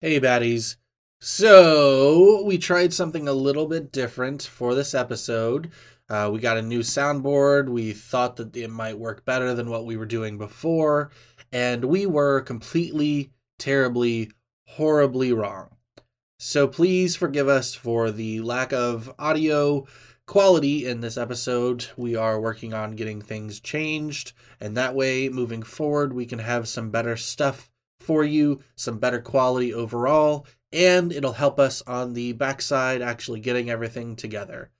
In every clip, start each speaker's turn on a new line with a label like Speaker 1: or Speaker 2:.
Speaker 1: Hey, baddies. So, we tried something a little bit different for this episode. Uh, we got a new soundboard. We thought that it might work better than what we were doing before. And we were completely, terribly, horribly wrong. So, please forgive us for the lack of audio quality in this episode. We are working on getting things changed. And that way, moving forward, we can have some better stuff for you, some better quality overall, and it'll help us on the backside actually getting everything together.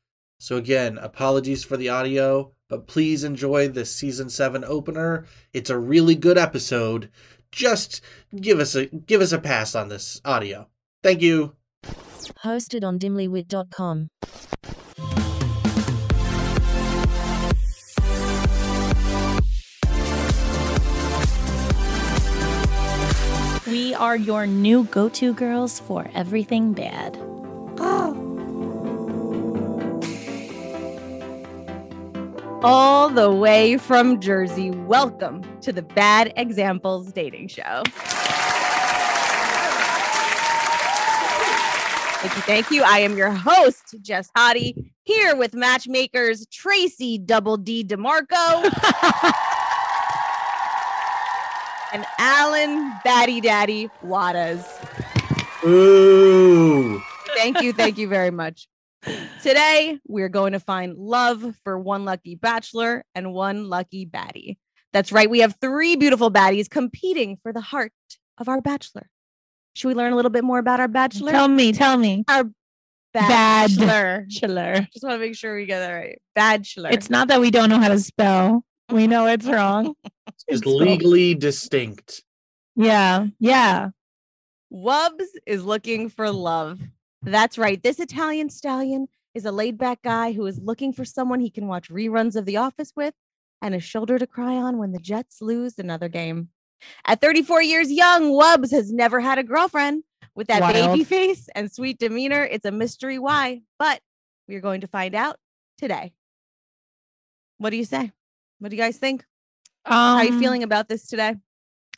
Speaker 1: So, again, apologies for the audio, but please enjoy this season 7 opener. It's a really good episode. Just give us a give us a pass on this audio. Thank you.
Speaker 2: Hosted on dimlywit.com.
Speaker 3: We are your new go to girls for everything bad.
Speaker 4: all the way from Jersey. Welcome to the Bad Examples Dating Show. Thank you, thank you. I am your host, Jess Hottie, here with matchmakers Tracy Double D DeMarco and Alan Batty Daddy Wadas.
Speaker 1: Ooh.
Speaker 4: Thank you, thank you very much. Today, we're going to find love for one lucky bachelor and one lucky baddie. That's right. We have three beautiful baddies competing for the heart of our bachelor. Should we learn a little bit more about our bachelor?
Speaker 3: Tell me, tell me. bad.
Speaker 4: bachelor.
Speaker 3: Chiller.
Speaker 4: Just want to make sure we get that right. Bachelor.
Speaker 3: It's not that we don't know how to spell. We know it's wrong.
Speaker 1: Is legally distinct.
Speaker 3: Yeah. Yeah.
Speaker 4: Wubs is looking for love. That's right. This Italian stallion is a laid back guy who is looking for someone he can watch reruns of The Office with and a shoulder to cry on when the Jets lose another game. At 34 years young, Wubs has never had a girlfriend. With that baby
Speaker 3: Wild.
Speaker 4: face and sweet demeanor, it's a mystery why, but we're going to find out today. What do you say? What do you guys think?
Speaker 3: Um,
Speaker 4: How are you feeling about this today?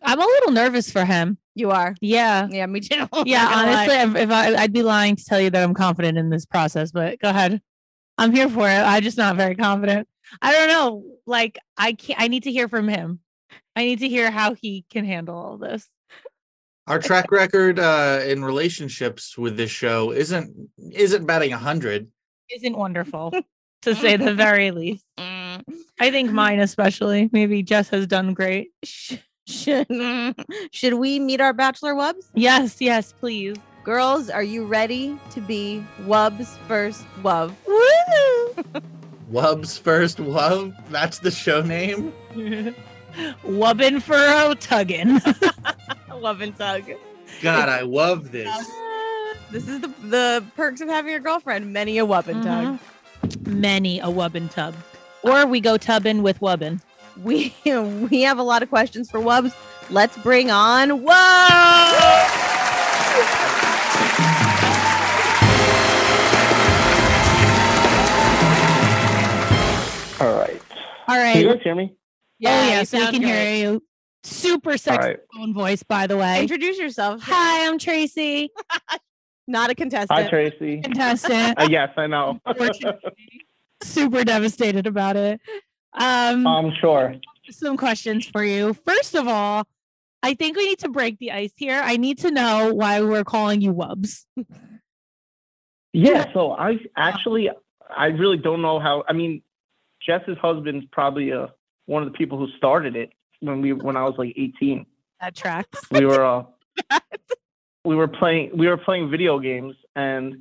Speaker 3: I'm a little nervous for him.
Speaker 4: You are.
Speaker 3: Yeah.
Speaker 4: Yeah, me too.
Speaker 3: Yeah.
Speaker 4: Not gonna lie.
Speaker 3: honestly, if, if I, I'd be lying to tell you that I'm confident in this process, but go ahead. I'm here for it. I'm just not very confident. I don't know. Like, I can't, I need to hear from him. I need to hear how he can handle all this.
Speaker 1: Our track record uh, in relationships with this show isn't isn't batting 100.
Speaker 3: isn't wonderful to say the very least. I think mine especially. Maybe Jess has done great.
Speaker 4: Sh- should, should we meet our bachelor wubs?
Speaker 3: Yes, yes, please.
Speaker 4: Girls, are you ready to be wubs first wub?
Speaker 3: Woo!
Speaker 1: Wub's first wub. That's the show name.
Speaker 3: Wubbin furrow tuggin. Wubbin tug.
Speaker 1: God, I love this.
Speaker 4: This is the, the perks of having a girlfriend. Many a wubbin time.
Speaker 3: Many a wubbin tub. Or we go tubbin with wubbin.
Speaker 4: We we have a lot of questions for wubs. Let's bring on wubs.
Speaker 5: All right.
Speaker 3: All
Speaker 5: Can you
Speaker 3: right.
Speaker 5: guys hear me?
Speaker 3: oh
Speaker 4: you
Speaker 3: yes, we
Speaker 4: sound
Speaker 3: can
Speaker 4: great.
Speaker 3: hear you. Super
Speaker 5: All
Speaker 3: sexy
Speaker 5: right.
Speaker 3: phone voice, by the way.
Speaker 4: Introduce yourself.
Speaker 3: Hi, I'm Tracy,
Speaker 4: Not a
Speaker 5: Hi,
Speaker 4: contestant.
Speaker 5: Tracy.
Speaker 3: contestant.
Speaker 5: Uh, yes, I know.
Speaker 3: unfortunately. super devastated about it. Um,
Speaker 5: I'm sure.
Speaker 3: some questions for you. First of all, I think we need to break the ice here. I need to know why we're calling you Wubs.
Speaker 5: Yeah. So I actually, I really don't know how. I mean, Jess's husband's probably uh, one of the people who started it when we when I was like 18.
Speaker 3: That tracks.
Speaker 5: We were uh, we were playing we were playing video games and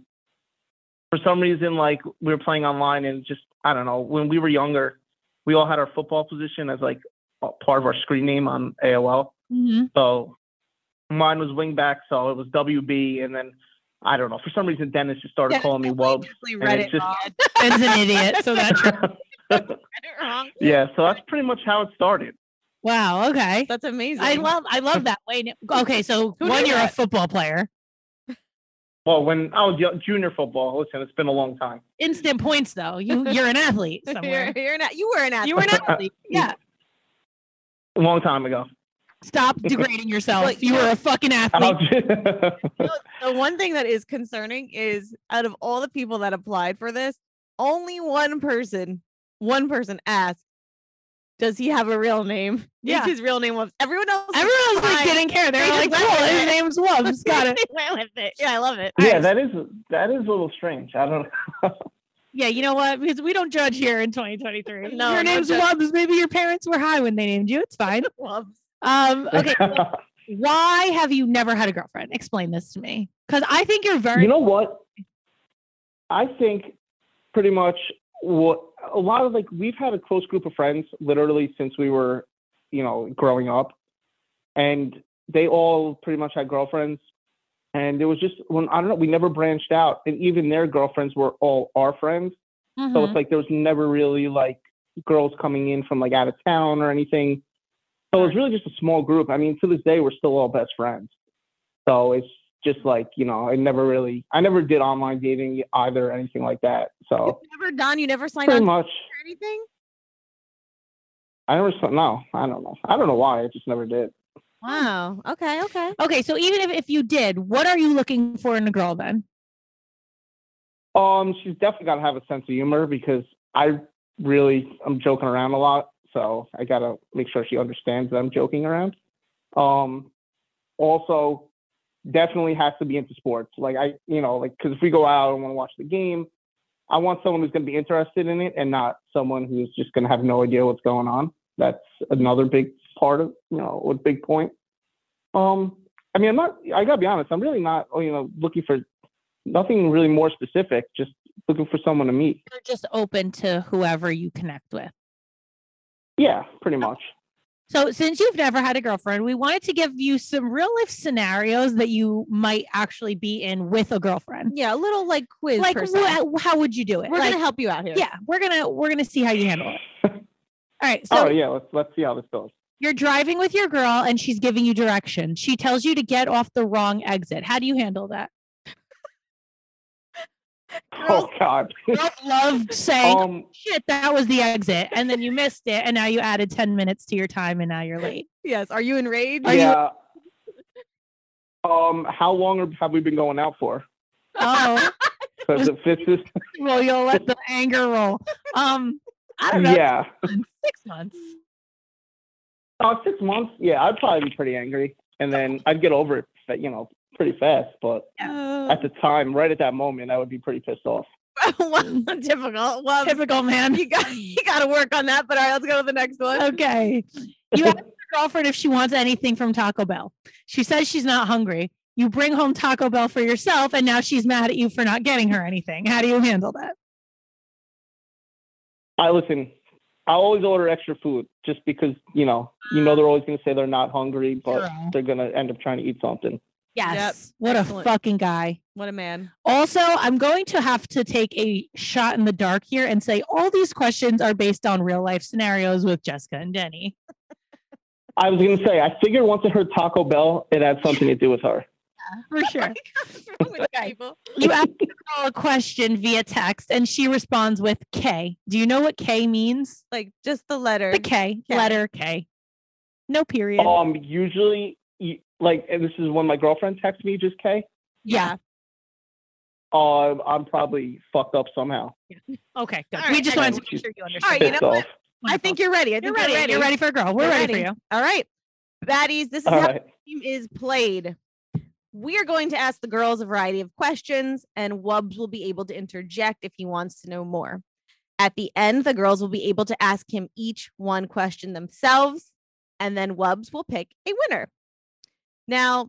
Speaker 5: for some reason like we were playing online and just I don't know when we were younger we all had our football position as like a part of our screen name on AOL.
Speaker 3: Mm-hmm.
Speaker 5: So mine was wingback, so it was WB, and then I don't know for some reason Dennis just started calling me Wubs.
Speaker 4: Definitely
Speaker 5: and
Speaker 4: read
Speaker 5: it's
Speaker 4: it
Speaker 5: just-
Speaker 4: wrong.
Speaker 3: Ben's an idiot, so that tracks.
Speaker 4: Read it wrong.
Speaker 5: yeah, so that's pretty much how it started.
Speaker 3: Wow. Okay.
Speaker 4: That's amazing.
Speaker 3: I love. I love that. Wait. Okay. So
Speaker 4: Who
Speaker 3: one,
Speaker 4: knew
Speaker 3: you're a
Speaker 4: that?
Speaker 3: football player.
Speaker 5: Well, when I was yo- junior football, listen, it's been a long time.
Speaker 3: Instant points, though. You you're an athlete
Speaker 4: You're,
Speaker 3: somewhere.
Speaker 4: you're not. You were an athlete.
Speaker 3: You were an athlete. Yeah.
Speaker 5: A long time ago.
Speaker 3: Stop degrading yourself.
Speaker 4: But,
Speaker 3: you
Speaker 4: yeah.
Speaker 3: are a fucking
Speaker 5: I'll
Speaker 3: athlete.
Speaker 5: ju-
Speaker 4: The one thing that is concerning is out of all the people that applied for this, only one person, one person asked, does he have a real name?
Speaker 3: Yeah.
Speaker 4: Is his real name Wubs? Everyone else is
Speaker 3: Everyone's like
Speaker 4: fine.
Speaker 3: didn't care. They're
Speaker 4: They
Speaker 3: like,
Speaker 4: just went
Speaker 3: cool,
Speaker 4: with
Speaker 3: his
Speaker 4: it.
Speaker 3: name's Wubs. Got it.
Speaker 4: They went with it. Yeah, I love it.
Speaker 5: yeah,
Speaker 4: Alright,
Speaker 5: that is that is a little strange. I don't.
Speaker 3: Yeah, you know what? Because we don't judge here in 2023.
Speaker 4: No,
Speaker 3: your
Speaker 4: no
Speaker 3: name's
Speaker 4: judge.
Speaker 3: Wubs. Maybe your parents were high when they named you. It's fine.
Speaker 4: Wubs.
Speaker 3: Um, okay. Why have you never had a girlfriend? Explain this to me. Because I think you're very
Speaker 5: you know what? I think pretty much what a lot of like we've had a close group of friends literally since we were, you know, growing up, and they all pretty much had girlfriends, and it was just when I don't know we never branched out, and even their girlfriends were all our friends, so it's like there was never really like girls coming in from like out of town or anything. So it was really just a small group. I mean, to this day, we're still all best friends. So it's just like you know, I never really, I never did online dating either, or anything like that. So
Speaker 4: You've never done, you never signed
Speaker 5: pretty
Speaker 4: on for
Speaker 5: much,
Speaker 4: anything?
Speaker 5: I never. s- No, I don't know. I don't know why. I just never did.
Speaker 4: Wow. Okay, okay.
Speaker 3: okay. So even if, if you did, what are you looking for in a girl then?
Speaker 5: Um, she's definitely got to have a sense of humor because I really, I'm joking around a lot. So I got to make sure she understands that I'm joking around. Um, also, definitely has to be into sports. Like, I, you know, like, because if we go out and want to watch the game, I want someone who's going to be interested in it and not someone who's just going to have no idea what's going on. That's another big part of, you know, a big point. Um, I mean, I'm not, I got to be honest, I'm really not, you know, looking for nothing really more specific, just looking for someone to meet.
Speaker 3: You're just open to whoever you connect with.
Speaker 5: Yeah, pretty
Speaker 3: Uh,
Speaker 5: much.
Speaker 3: So, since you've never had a girlfriend, we wanted to give you some real life scenarios that you might actually be in with a girlfriend.
Speaker 4: Yeah, a little like quiz.
Speaker 3: Like,
Speaker 4: person.
Speaker 3: wha- how would you do it?
Speaker 4: We're
Speaker 3: Like,
Speaker 4: gonna help you out here.
Speaker 3: yeah, we're gonna we're gonna see how you handle it. All right, so
Speaker 5: oh yeah, let's let's see how this goes.
Speaker 3: you're driving with your girl, and she's giving you direction. She tells you to get off the wrong exit. How do you handle that?
Speaker 5: Oh God.
Speaker 3: Girls love saying,
Speaker 5: Um,
Speaker 3: "Shit, that was the exit," and then you missed it, and now you added ten minutes to your time, and now you're late.
Speaker 4: Yes. Are you enraged?
Speaker 3: Are you-
Speaker 5: yeah. Um, how long have we been going out for?
Speaker 3: Oh,
Speaker 5: Because if this is,
Speaker 3: well, you'll let the anger roll. Um, I don't know.
Speaker 5: yeah,
Speaker 3: Six months.
Speaker 5: uh, six months. Yeah, I'd probably be pretty angry, and then I'd get over it, fa- you know, pretty fast. But
Speaker 4: Uh,
Speaker 5: at the time, right at that moment, I would be pretty pissed off.
Speaker 4: well, difficult. Well,
Speaker 3: Typical man.
Speaker 4: you got you got to work on that. But all right, let's go to the next one.
Speaker 3: Okay. You ask your girlfriend if she wants anything from Taco Bell. She says she's not hungry. You bring home Taco Bell for yourself, and now she's mad at you for not getting her anything. How do you handle that?
Speaker 5: I listen. I always order extra food just because you know you know they're always gonna say they're not hungry, but
Speaker 3: Girl.
Speaker 5: they're gonna end up trying to eat something.
Speaker 3: Yes. What
Speaker 4: Excellent.
Speaker 3: a fucking guy.
Speaker 4: What a man.
Speaker 3: Also, I'm going to have to take a shot in the dark here and say all these questions are based on real life scenarios with Jessica and Denny.
Speaker 5: I was gonna say, I figured once I heard Taco Bell, it had something to do with her.
Speaker 3: For sure.
Speaker 4: What's wrong with people?
Speaker 3: you ask the girl a question via text and she responds with K. Do you know what K means?
Speaker 4: Like just the letter.
Speaker 3: The K,
Speaker 4: K.
Speaker 3: letter K. No period.
Speaker 5: Um, usually, you- like, and this is when my girlfriend texts me, just K.
Speaker 3: yeah.
Speaker 5: Uh, I'm probably fucked up somehow.
Speaker 3: Okay. Good.
Speaker 4: All
Speaker 3: we
Speaker 4: right,
Speaker 3: just
Speaker 4: I
Speaker 3: wanted
Speaker 5: know.
Speaker 3: to make sure you
Speaker 5: She's
Speaker 3: understand.
Speaker 4: right, you
Speaker 5: pissed
Speaker 4: know what?
Speaker 5: off.
Speaker 4: I think you're ready. I
Speaker 3: you're
Speaker 4: think
Speaker 3: ready. You're ready for a girl. We're
Speaker 4: You're
Speaker 3: ready,
Speaker 4: ready.
Speaker 3: for you.
Speaker 4: All right, baddies. This is
Speaker 5: All
Speaker 4: how
Speaker 5: right.
Speaker 4: the game is played. We are going to ask the girls a variety of questions, and Wubs will be able to interject if he wants to know more. At the end, the girls will be able to ask him each one question themselves, and then Wubs will pick a winner. Now,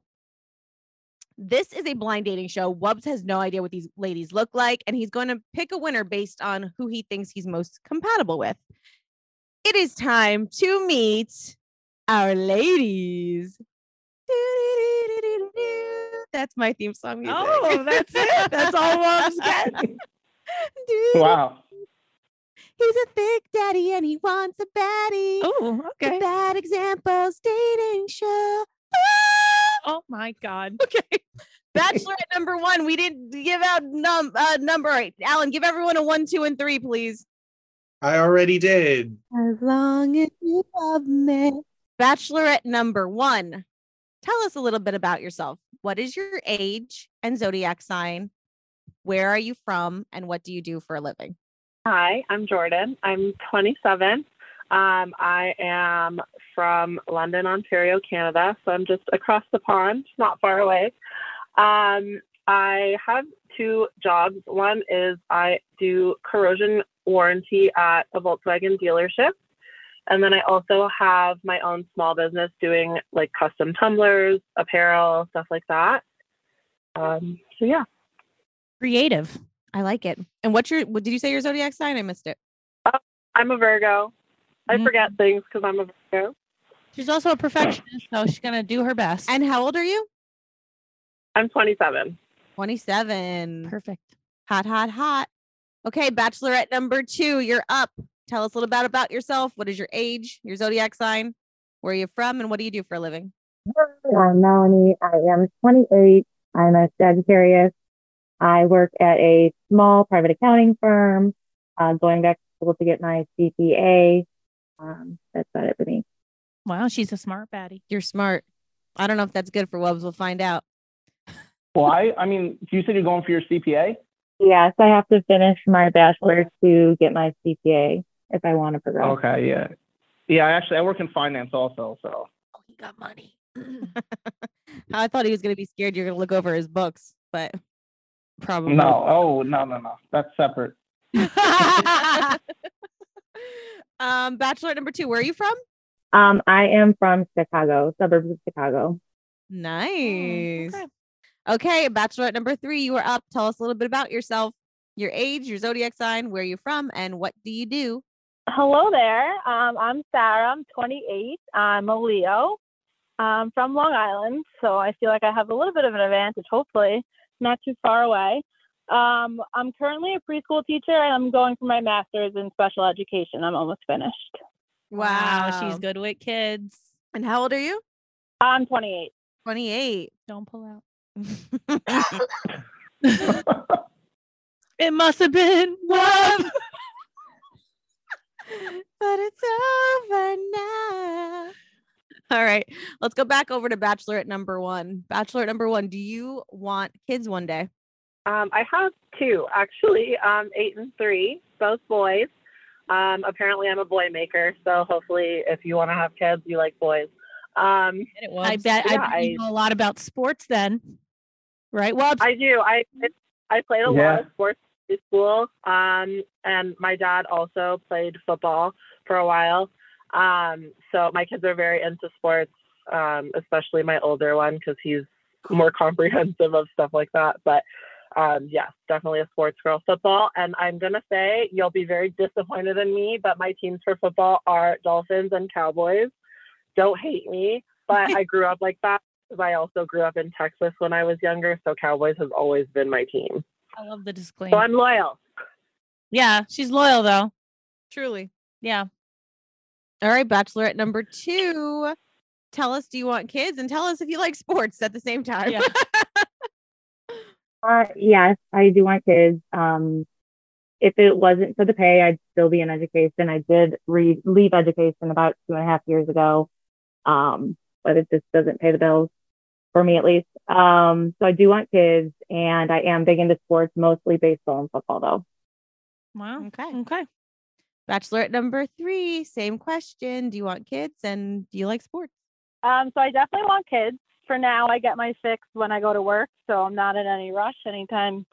Speaker 4: this is a blind dating show. Wubs has no idea what these ladies look like, and he's going to pick a winner based on who he thinks he's most compatible with. It is time to meet our ladies. Doo-doo-doo-doo-doo-doo. That's my theme song. Music.
Speaker 3: Oh, that's it. That's all Wubs gets.
Speaker 4: Doo-doo.
Speaker 5: Wow.
Speaker 4: He's a thick daddy and he wants a baddie.
Speaker 3: Oh,
Speaker 4: The
Speaker 3: okay.
Speaker 4: Bad examples dating show.
Speaker 3: Oh my God.
Speaker 4: Okay. Bachelorette number one. We didn't give out num uh, number. Eight. Alan, give everyone a one, two, and three, please.
Speaker 1: I already did.
Speaker 4: As long as you love me. Bachelorette number one. Tell us a little bit about yourself. What is your age and zodiac sign? Where are you from? And what do you do for a living?
Speaker 6: Hi, I'm Jordan. I'm 27. Um, I am from London, Ontario, Canada. So I'm just across the pond, not far away. Um, I have two jobs. One is I do corrosion warranty at a Volkswagen dealership. And then I also have my own small business doing like custom tumblers, apparel, stuff like that. Um, so yeah.
Speaker 3: Creative.
Speaker 4: I like it. And what's your, what did you say your zodiac sign? I missed it.
Speaker 6: I'm a Virgo. I
Speaker 3: Mm.
Speaker 6: forget things because I'm a Virgo.
Speaker 3: She's also a perfectionist, so she's gonna do her best.
Speaker 4: And how old are you?
Speaker 6: I'm 27.
Speaker 4: 27.
Speaker 3: perfect.
Speaker 4: Hot, hot, hot. Okay, Bachelorette number two, you're up. Tell us a little bit about yourself. What is your age, your zodiac sign, where are you from, and what do you do for a living?
Speaker 7: I'm Uh, Melanie. I am 28. I'm a Sagittarius. I work at a small private accounting firm, uh, going back to school to get my CPA. Um, that's about it for me.
Speaker 3: Wow, she's a smart baddie.
Speaker 4: You're smart. I don't know if that's good for Wubs. We'll find out.
Speaker 5: Why? I mean, you said you're going for your CPA.
Speaker 7: Yes, I have to finish my bachelor's to get my CPA if I want to progress.
Speaker 5: Okay, yeah, yeah. I actually I work in finance also, so
Speaker 3: Oh, he got money.
Speaker 4: I thought he was going to be scared you're going to look over his books, but
Speaker 6: Mm-hmm.
Speaker 4: probably.
Speaker 5: no. Oh no no no, that's separate.
Speaker 4: um, Bachelor number two, where are you from?
Speaker 7: Um, I am from Chicago, suburbs of Chicago.
Speaker 4: Oh, Nice. Okay, Bachelorette number three, you are up. Tell us a little bit about yourself, your age, your zodiac sign, where you're from, and what do you do?
Speaker 6: Hello there. Um, I'm Sarah. I'm 28. I'm a Leo. I'm from Long Island, so I feel like I have a little bit of an advantage, hopefully, not too far away. Um, I'm currently a preschool teacher and I'm going for my master's in special education. I'm almost finished.
Speaker 3: Wow, she's good with kids.
Speaker 4: And how old are you?
Speaker 6: I'm 28.
Speaker 4: 28.
Speaker 3: Don't pull out.
Speaker 4: it
Speaker 3: It must have been love.
Speaker 4: but it's over now. All right, let's go back over to Bachelorette number one. Bachelorette number one, do you want kids one day?
Speaker 6: Um, I have two actually, um, eight and three, both boys. Um, apparently, I'm a boy maker, so hopefully, if you want to have kids, you like boys. Um,
Speaker 3: I bet. I
Speaker 6: Yeah,
Speaker 3: bet you
Speaker 6: I-
Speaker 3: know a lot about sports then, right? Well,
Speaker 6: I do. I I played a
Speaker 5: Yeah.
Speaker 6: lot of sports in school, um, and my dad also played football for a while. Um, so my kids are very into sports, um, especially my older one because he's more comprehensive of stuff like that. But um, yes, definitely a sports girl. Football, and I'm gonna say you'll be very disappointed in me, but my teams for football are Dolphins and Cowboys. Don't hate me, but I grew up like that because I also grew up in Texas when I was younger, so Cowboys has always been my team.
Speaker 3: I love the
Speaker 6: So
Speaker 3: disclaimer.
Speaker 6: I'm loyal.
Speaker 3: Yeah, she's loyal though.
Speaker 4: Truly.
Speaker 3: Yeah.
Speaker 4: All right, Bachelorette number two, tell us do you want kids and tell us if you like sports at the same time.
Speaker 3: Yeah.
Speaker 7: Uh, yes, I do want kids. Um, if it wasn't for the pay, I'd still be in education. I did re- leave education about two and a half years ago, um, but it just doesn't pay the bills for me at least. Um, so I do want kids, and I am big into sports, mostly baseball and football, though.
Speaker 3: Wow.
Speaker 4: Okay.
Speaker 3: Okay.
Speaker 4: Bachelorette number three, same question. Do you want kids and do you like sports?
Speaker 6: Um, so I definitely want kids. For now, I get my fix when I go to work, so I'm not in any rush anytime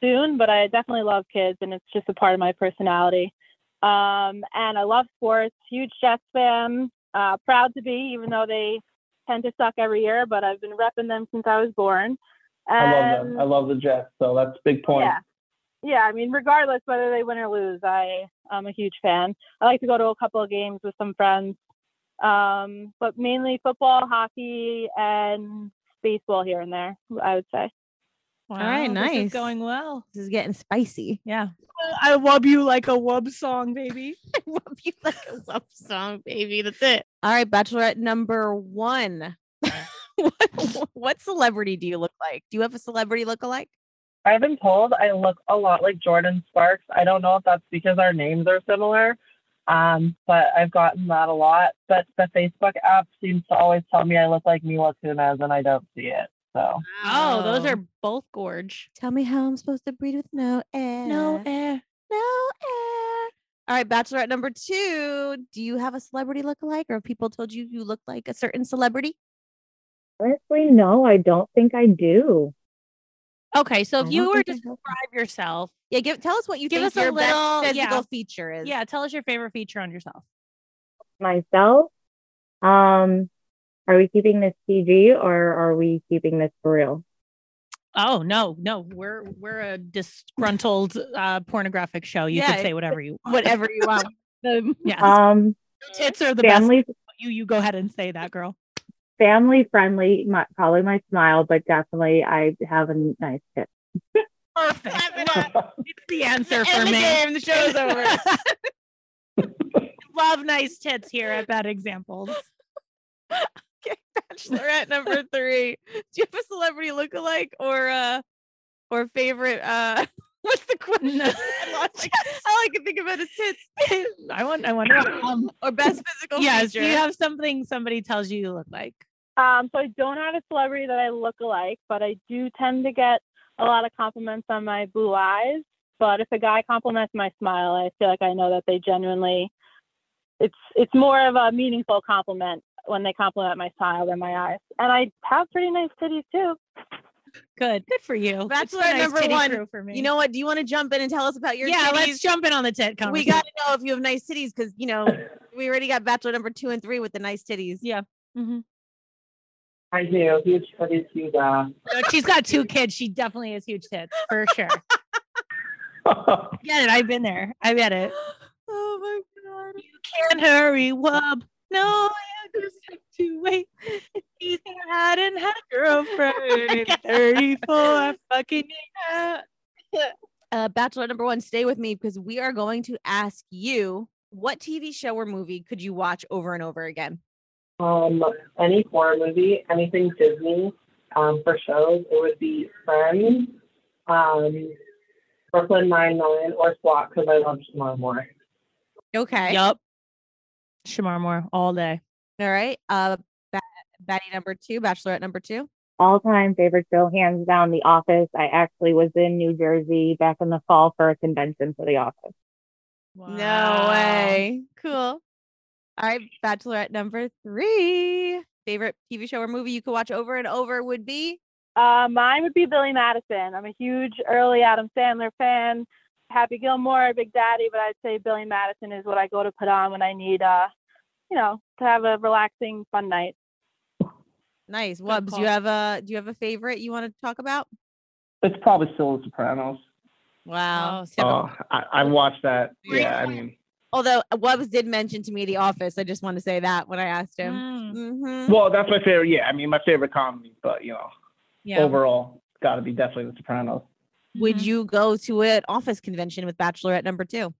Speaker 6: soon. But I definitely love kids, and it's just a part of my personality. Um, and I love sports. Huge Jets fan. Uh, proud to be, even though they tend to suck every year. But I've been repping them since I was born.
Speaker 5: I love
Speaker 6: And-
Speaker 4: Um,
Speaker 5: them. I love the Jets, so that's a big point.
Speaker 6: Yeah. Yeah, I mean, regardless whether they win or lose, I am a huge fan. I like to go to a couple of games with some friends, um, but mainly football, hockey, and baseball here and there. I would say.
Speaker 3: Wow.
Speaker 4: right,
Speaker 3: This
Speaker 4: nice.
Speaker 3: is going well.
Speaker 4: This is getting spicy.
Speaker 3: Yeah. I love you like a wub song, baby.
Speaker 4: I love you like a love song, baby. That's it. All right, Bachelorette number one. what, what celebrity do you look like? Do you have a celebrity look alike?
Speaker 6: I've been told I look a lot like Jordan Sparks. I don't know if that's because our names are similar, Um, but I've gotten that a lot. But the Facebook app seems to always tell me I look like Mila Kunis and I don't see it. So
Speaker 3: Oh, those are both gorge.
Speaker 4: Tell me how I'm supposed to breathe with no air.
Speaker 3: No air.
Speaker 4: No air. All right, Bachelorette number two. Do you have a celebrity look-alike, or have people told you you look like a certain celebrity?
Speaker 7: Honestly, no, I don't think I do.
Speaker 3: Okay, so if
Speaker 7: I
Speaker 3: you
Speaker 7: don't
Speaker 3: were to
Speaker 7: think I do.
Speaker 3: describe yourself,
Speaker 4: Yeah, give tell us what you
Speaker 3: Give
Speaker 4: think
Speaker 3: us a
Speaker 4: your
Speaker 3: little-
Speaker 4: best
Speaker 3: yeah.
Speaker 4: physical feature is.
Speaker 3: yeah, tell us your favorite feature on yourself.
Speaker 7: myself. Um, are we keeping this PG or are we keeping this for real?
Speaker 3: Oh no, no, we're we're a disgruntled uh, pornographic show. You
Speaker 4: Yeah,
Speaker 3: can say whatever you want.
Speaker 4: whatever you want.
Speaker 3: The, yes,
Speaker 7: Um,
Speaker 3: tits are the
Speaker 7: family
Speaker 3: best. You you go ahead and say that, girl.
Speaker 7: family friendly, my, probably my smile, but definitely I have a nice tip.
Speaker 3: Perfect. Love- it's the answer for
Speaker 4: End the
Speaker 3: me.
Speaker 4: game. The show's over.
Speaker 3: Love nice tits here at Bad Examples.
Speaker 4: Bachelorette number three. Do you have a celebrity look-alike or uh or favorite uh what's the question?
Speaker 3: No.
Speaker 4: I lost my- All I can think about is tits
Speaker 3: I want. I wonder. Um,
Speaker 4: or best physical
Speaker 3: yes. Do
Speaker 4: feature.
Speaker 3: you have something somebody tells you you look like?
Speaker 8: Um, so I don't have a celebrity that I look alike, but I do tend to get a lot of compliments on my blue eyes. But if a guy compliments my smile, I feel like I know that they genuinely it's it's more of a meaningful compliment when they compliment my smile than my eyes. And I have pretty nice titties too.
Speaker 3: Good. Good for you. It's the
Speaker 4: Bachelorette number
Speaker 3: titty
Speaker 4: one,
Speaker 3: crew for me.
Speaker 4: You know what? Do you want to jump in and tell us about your
Speaker 3: yeah.
Speaker 4: titties?
Speaker 3: Let's jump in on the tit.
Speaker 4: we
Speaker 3: conversation.
Speaker 4: got to know if you have nice titties because you know we already got bachelor number two and three with the nice titties.
Speaker 3: Yeah. Mhm.
Speaker 6: I do. Huge pretty huge. uh,
Speaker 3: No, she's got two kids. She definitely has huge tits for sure.
Speaker 5: All
Speaker 3: get it. I've been there. I get it.
Speaker 4: Oh my god!
Speaker 3: Can't hurry, wub. No, I just have to wait. He's had and had a girlfriend at 34. I fucking hate that.
Speaker 4: Uh, bachelor number one, stay with me because we are going to ask you what TV show or movie could you watch over and over again.
Speaker 6: Um, any horror movie, anything Disney. Um, for shows, it would be Friends, um, Brooklyn Nine Nine, or SWAT because I love Shamar Moore.
Speaker 4: Okay.
Speaker 3: Yup. Shamar Moore all day.
Speaker 4: All right. Uh, ba- Batty number two, Bachelorette number two.
Speaker 7: All time favorite show, hands down, The Office. I actually was in New Jersey back in the fall for a convention for The Office.
Speaker 3: Wow.
Speaker 4: No way. Cool. All right. Bachelorette number three. Favorite TV show or movie you could watch over and over would be
Speaker 8: Uh, mine would be Billy Madison. I'm a huge early Adam Sandler fan. Happy Gilmore, Big Daddy, but I'd say Billy Madison is what I go to put on when I need, uh, you know, to have a relaxing, fun night.
Speaker 4: nice. Wubs, do you
Speaker 3: call.
Speaker 4: have a do you have a favorite you want to talk about?
Speaker 5: It's probably still The Sopranos.
Speaker 4: Wow.
Speaker 3: Oh,
Speaker 5: Oh, I, I watched that.
Speaker 4: Were you-
Speaker 5: Yeah, I mean,
Speaker 4: Although uh, Wubs did mention to me The Office. I just want to say that when I asked him.
Speaker 3: Mm,
Speaker 4: Mm-hmm.
Speaker 5: well, that's my favorite. Yeah, I mean, my favorite comedy, but you know,
Speaker 3: yeah.
Speaker 5: Oh, overall, it's got to be definitely The Sopranos.
Speaker 4: Would you go to an office convention with Bachelorette number two?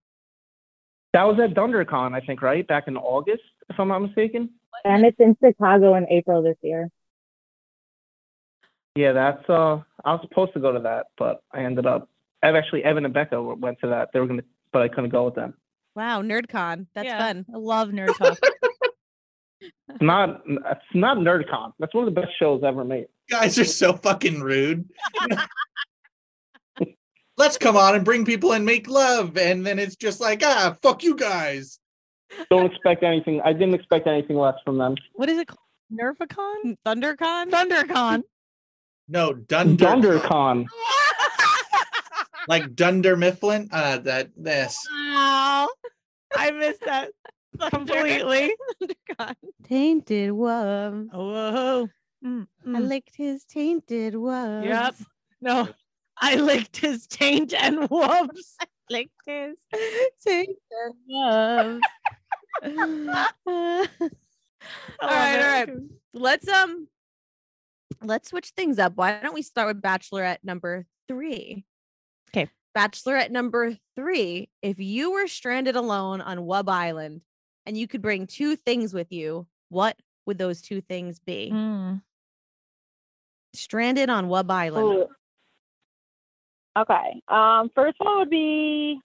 Speaker 5: That was at DunderCon, I think, right? Back in August, if I'm not mistaken.
Speaker 7: And it's in Chicago in April this year.
Speaker 5: Yeah, that's uh I was supposed to go to that, but I ended up I've actually Evan and Becca w- went to that. They were gonna but I couldn't go with them.
Speaker 4: Wow, NerdCon. That's
Speaker 3: Yeah.
Speaker 4: fun.
Speaker 3: I love nerd talk.
Speaker 5: It's not it's not NerdCon. That's one of the best shows ever made.
Speaker 1: guys are so fucking rude. Let's come on and bring people and make love, and then it's just like ah, fuck you guys.
Speaker 5: Don't expect anything I didn't expect anything less from them.
Speaker 3: what is it called? Nerficon?
Speaker 4: ThunderCon?
Speaker 3: ThunderCon.
Speaker 1: No, Dunder,
Speaker 5: DunderCon.
Speaker 1: like Dunder Mifflin. Uh, that this.
Speaker 3: Wow. I missed that completely.
Speaker 4: ThunderCon. Tainted Wub.
Speaker 3: Whoa. Mm,
Speaker 4: I
Speaker 3: mm.
Speaker 4: licked his tainted wubs.
Speaker 3: Yep. No, I licked his taint and whoops.
Speaker 4: Licked his tainted wubs. all right, all right. Let's um let's switch things up. Why don't we start with Bachelorette number three?
Speaker 3: 'Kay.
Speaker 4: Bachelorette number three. If you were stranded alone on Wub Island and you could bring two things with you, what would those two things be?
Speaker 3: Hmm.
Speaker 4: Stranded on Wub Island.
Speaker 3: Oh.
Speaker 8: Ooh. Okay. Um, first one would be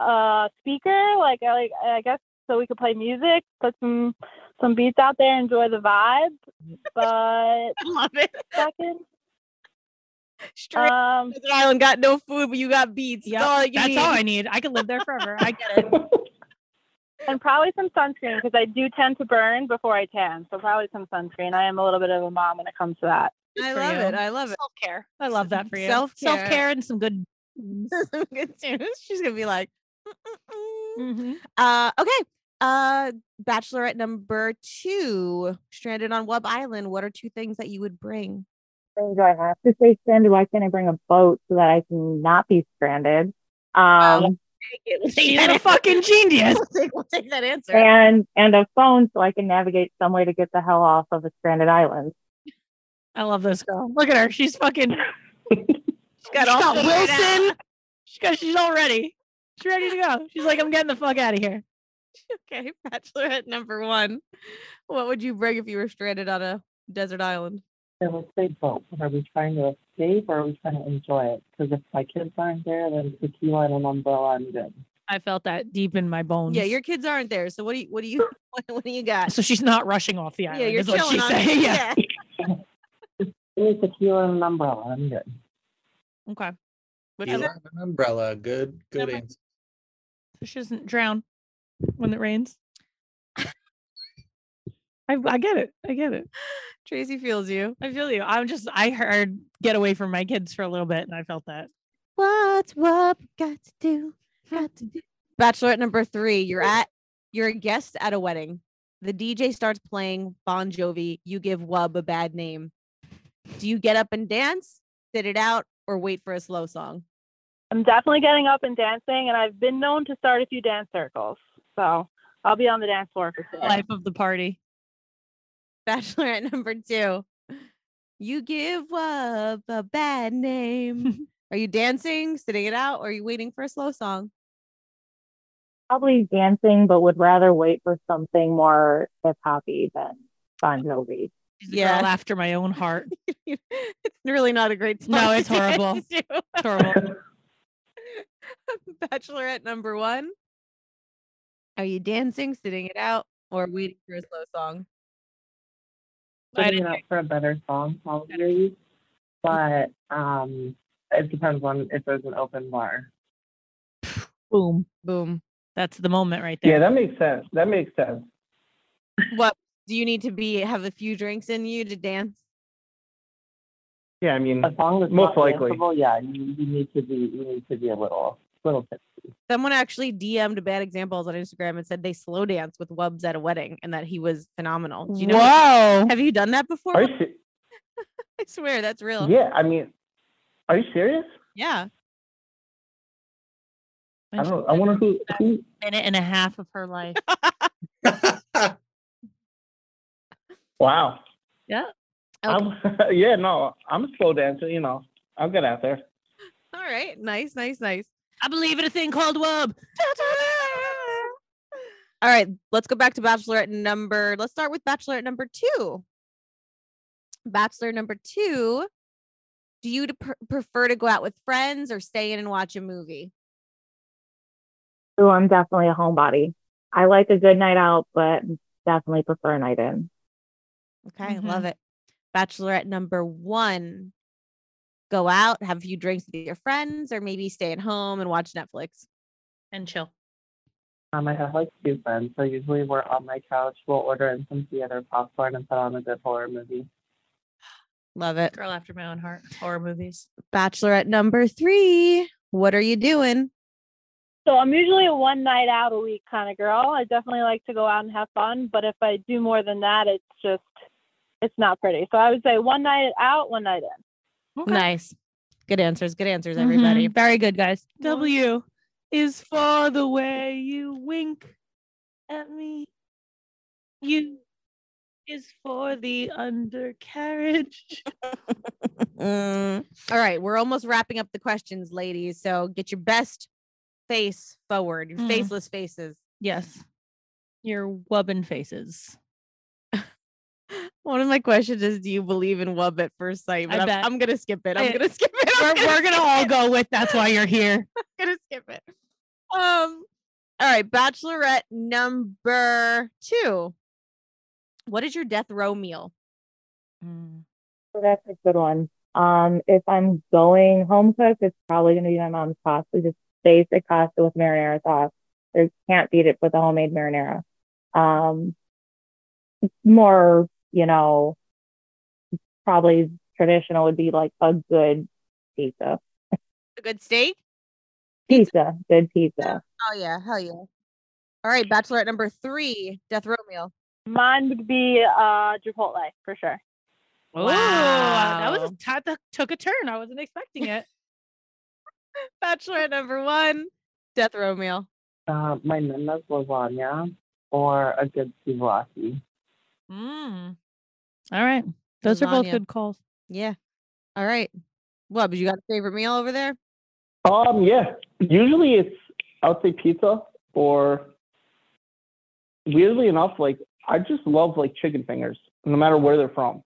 Speaker 8: a speaker, like I like I guess so we could play music, put some some beats out there, enjoy the vibe. But
Speaker 3: I love it.
Speaker 8: second,
Speaker 4: Straight
Speaker 8: um,
Speaker 4: Desert Island got no food, but you got beats.
Speaker 3: Yeah,
Speaker 4: That's all you
Speaker 3: that's
Speaker 4: need.
Speaker 3: all I need. I could live there forever. I get it.
Speaker 8: and probably some sunscreen because I do tend to burn before I tan, so probably some sunscreen. I am a little bit of a mom when it comes to that.
Speaker 3: Good
Speaker 4: I
Speaker 3: for
Speaker 4: love
Speaker 3: you.
Speaker 4: it. I love it.
Speaker 3: Self care. I love that for you.
Speaker 4: Self-care.
Speaker 3: self care, and some good.
Speaker 4: Some good tunes. She's gonna be like, "Mm, mm, mm."
Speaker 3: Mhm.
Speaker 4: uh, okay. Uh, Bachelorette number two, stranded on Wub Island. What are two things that you would bring?
Speaker 7: thing do I have to stay stranded? Why can't I bring a boat so that I can not be stranded?
Speaker 8: Oh,
Speaker 7: Um,
Speaker 3: She's a fucking genius.
Speaker 4: We'll take, we'll take that answer.
Speaker 7: and and a phone so I can navigate some way to get the hell off of a stranded island.
Speaker 3: I love this girl. Look at her. She's fucking.
Speaker 4: She
Speaker 3: She's got
Speaker 4: figured out.
Speaker 3: Wilson. She got, she's all ready. She's ready to go. She's like, I'm getting the fuck out of here.
Speaker 4: Okay, Bachelorette number one. What would you bring if you were stranded on a desert island?
Speaker 9: So let's say both. Are we trying to escape or are we trying to enjoy it? Because if my kids aren't there, then tequila and an umbrella, I'm good.
Speaker 3: I felt that deep in my bones.
Speaker 4: Yeah, your kids aren't there, so what do you what do you what, what do you got?
Speaker 3: So she's not rushing off the island.
Speaker 4: yeah, you're
Speaker 3: is what
Speaker 4: chilling
Speaker 3: she's
Speaker 4: on
Speaker 3: saying. Yeah.
Speaker 4: yeah.
Speaker 9: Give me tequila and an umbrella, I'm good.
Speaker 3: Okay.
Speaker 1: Which
Speaker 3: I
Speaker 1: an umbrella. Good, good
Speaker 3: Never-
Speaker 1: answer.
Speaker 3: So she doesn't drown when it rains. I, I get it. I get it.
Speaker 4: Tracy feels you.
Speaker 3: I feel you. I'm just, I heard get away from my kids for a little bit and I felt that.
Speaker 4: What's what got to do? Got to do. Bachelorette number three. You're at you're a guest at a wedding. The DJ starts playing Bon Jovi. You give Wub a bad name. Do you get up and dance, sit it out, or wait for a slow song?
Speaker 8: I'm definitely getting up and dancing, and I've been known to start a few dance circles. So I'll be on the dance floor for sure.
Speaker 3: Life of the party.
Speaker 4: Bachelorette number two. You give Wub a bad name. Are you dancing, sitting it out, or are you waiting for a slow song?
Speaker 7: Probably dancing, but would rather wait for something more hip hoppy than Bon Jovi.
Speaker 3: She's a girl
Speaker 4: Yeah.
Speaker 3: after my own heart.
Speaker 4: it's really not a great song.
Speaker 3: No,
Speaker 4: to
Speaker 3: it's horrible.
Speaker 4: dance to.
Speaker 3: It's horrible.
Speaker 4: Bachelorette number one. Are you dancing, sitting it out, or waiting for a slow song?
Speaker 3: I
Speaker 9: Putting it up for a better song, probably. But um, it depends on if there's an open bar.
Speaker 3: Boom.
Speaker 4: Boom.
Speaker 3: That's the moment right
Speaker 5: Yeah,
Speaker 3: there.
Speaker 5: that makes sense. That makes sense.
Speaker 4: What do you need to be? Have a few drinks in you to dance?
Speaker 5: Yeah, I mean,
Speaker 9: A song that's
Speaker 5: Most
Speaker 9: not
Speaker 5: likely.
Speaker 9: danceable, yeah, you, you need to be you need to be a little little tipsy.
Speaker 4: Someone actually DM'd bad examples on Instagram and said they slow dance with Wubs at a wedding and that he was phenomenal. Do you know?
Speaker 3: Whoa.
Speaker 4: Have you done that before?
Speaker 5: are you se-
Speaker 4: I swear that's real.
Speaker 5: Yeah, I mean, are you serious?
Speaker 4: Yeah.
Speaker 5: I don't. I wonder who who
Speaker 3: minute and a half of her life.
Speaker 5: Wow.
Speaker 3: Yeah.
Speaker 5: I'm, yeah, no, I'm a slow dancer, you know. I'll get out there.
Speaker 4: All right. Nice, nice, nice.
Speaker 3: I believe in a thing called wub.
Speaker 4: All right, let's go back to bachelorette number. Let's start with bachelorette number two. Bachelor number two. Do you d- pr- prefer to go out with friends or stay in and watch a movie?
Speaker 7: Oh, I'm definitely a homebody. I like a good night out, but definitely prefer a night in.
Speaker 4: Okay, love it. Bachelorette number one. Go out, have a few drinks with your friends, or maybe stay at home and watch Netflix.
Speaker 3: And chill.
Speaker 9: Um, I have like two friends, so usually we're on my couch. We'll order in some theater popcorn and put on a good horror movie.
Speaker 4: Love it.
Speaker 3: Girl after my own heart. Horror movies.
Speaker 4: Bachelorette number three. What are you doing?
Speaker 8: So I'm usually a one night out a week kind of girl. I definitely like to go out and have fun, but if I do more than that, it's just it's not pretty. So I would say one night out, one night in.
Speaker 4: Nice. Good answers. Good answers, everybody.
Speaker 3: Mhm. Very good, guys. W is for the way you wink at me. U is for the undercarriage.
Speaker 4: Mm. All right, we're almost wrapping up the questions, ladies. So get your best face forward, your
Speaker 3: Mm.
Speaker 4: faceless faces.
Speaker 3: Yes. Your wubbin faces.
Speaker 4: One of my questions is, do you believe in love at first sight?
Speaker 3: I
Speaker 4: But I'm,
Speaker 3: bet.
Speaker 4: I'm gonna skip it. I'm
Speaker 3: I-
Speaker 4: gonna skip it.
Speaker 3: We're,
Speaker 4: I'm
Speaker 3: we're
Speaker 4: gonna,
Speaker 3: gonna all go with that's why you're here.
Speaker 4: gonna skip it. Um, all right, Bachelorette number two. What is your death row meal?
Speaker 7: So that's a good one. Um, if I'm going home cooked, it's probably going to be my mom's pasta, just basic pasta with marinara sauce. There can't beat it with a homemade marinara. Um, more, you know, probably traditional would be like a good pizza.
Speaker 4: A good steak?
Speaker 7: Pizza, good pizza.
Speaker 4: Oh yeah, hell yeah. All right, Bachelorette number three, death row meal.
Speaker 8: Mine would be uh, Chipotle for sure.
Speaker 3: Wow. That was a, that that took a turn. I wasn't expecting it.
Speaker 4: Bachelorette number one, death row meal.
Speaker 9: Uh, my nana's lasagna or a good souvlaki.
Speaker 3: Hmm.
Speaker 4: Mm,
Speaker 3: All right. Those are both
Speaker 4: Lasagna.
Speaker 3: good calls.
Speaker 4: yeah. All right. What? But you got a favorite meal over there?
Speaker 5: Um, yeah. Usually it's I would say pizza or weirdly enough, like I just love like chicken fingers, no matter where they're from.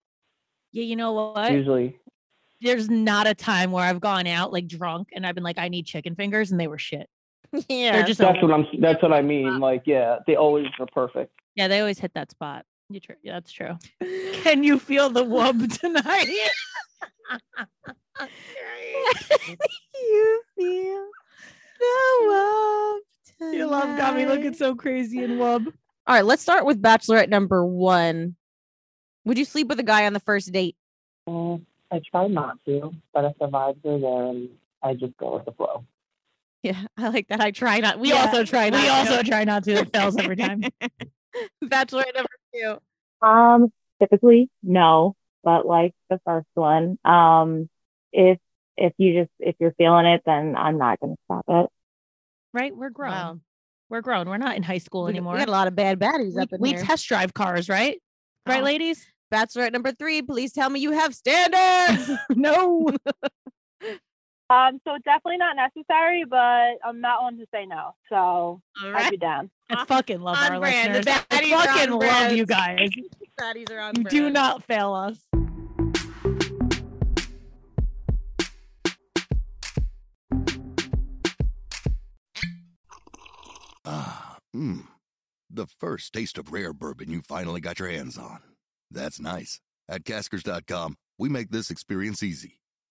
Speaker 3: Yeah, you know what?
Speaker 5: Usually.
Speaker 3: There's not a time where I've gone out like drunk and I've been like, I need chicken fingers, and they were shit.
Speaker 4: yeah.
Speaker 3: They're just
Speaker 5: That's what I'm that's what I mean. Like, yeah, they always are perfect.
Speaker 3: yeah. They always hit that spot. You tr- yeah, that's true. Can you feel the wub tonight?
Speaker 4: you feel the love.
Speaker 3: Your love got me looking
Speaker 4: tonight.
Speaker 3: so crazy and wub.
Speaker 4: All right, let's start with Bachelorette number one. Would you sleep with a guy on the first date?
Speaker 9: Mm, I try not to, but if the vibes are there, and I just go with the flow.
Speaker 4: Yeah, I like that. I try not. We
Speaker 3: Yeah,
Speaker 4: also try not.
Speaker 3: We
Speaker 4: to.
Speaker 3: also try not to. It fails every time.
Speaker 4: Bachelorette number two.
Speaker 7: Um, typically no, but like the first one, um, if if you just if you're feeling it, then I'm not going to stop it.
Speaker 3: Right? We're grown.
Speaker 4: Wow.
Speaker 3: We're grown. We're not in high school
Speaker 4: We, we
Speaker 3: anymore.
Speaker 4: got a lot of bad baddies
Speaker 3: we,
Speaker 4: up in
Speaker 3: we
Speaker 4: here.
Speaker 3: test drive cars, right? Right,
Speaker 4: Oh.
Speaker 3: ladies?
Speaker 4: Bachelorette number three. Please tell me you have standards.
Speaker 3: no.
Speaker 8: Um, so definitely not necessary, but I'm not one to say no. So
Speaker 4: All
Speaker 8: I'd be down.
Speaker 3: I fucking love
Speaker 4: On
Speaker 3: our
Speaker 4: brand. The
Speaker 3: listeners. I
Speaker 4: baddies are on
Speaker 3: fucking love
Speaker 4: brand.
Speaker 3: you guys. You
Speaker 4: Baddies are on.
Speaker 3: do
Speaker 4: brand.
Speaker 3: not fail us.
Speaker 10: Ah, mmm. The first taste of rare bourbon you finally got your hands on. That's nice. At Caskers.com, we make this experience easy.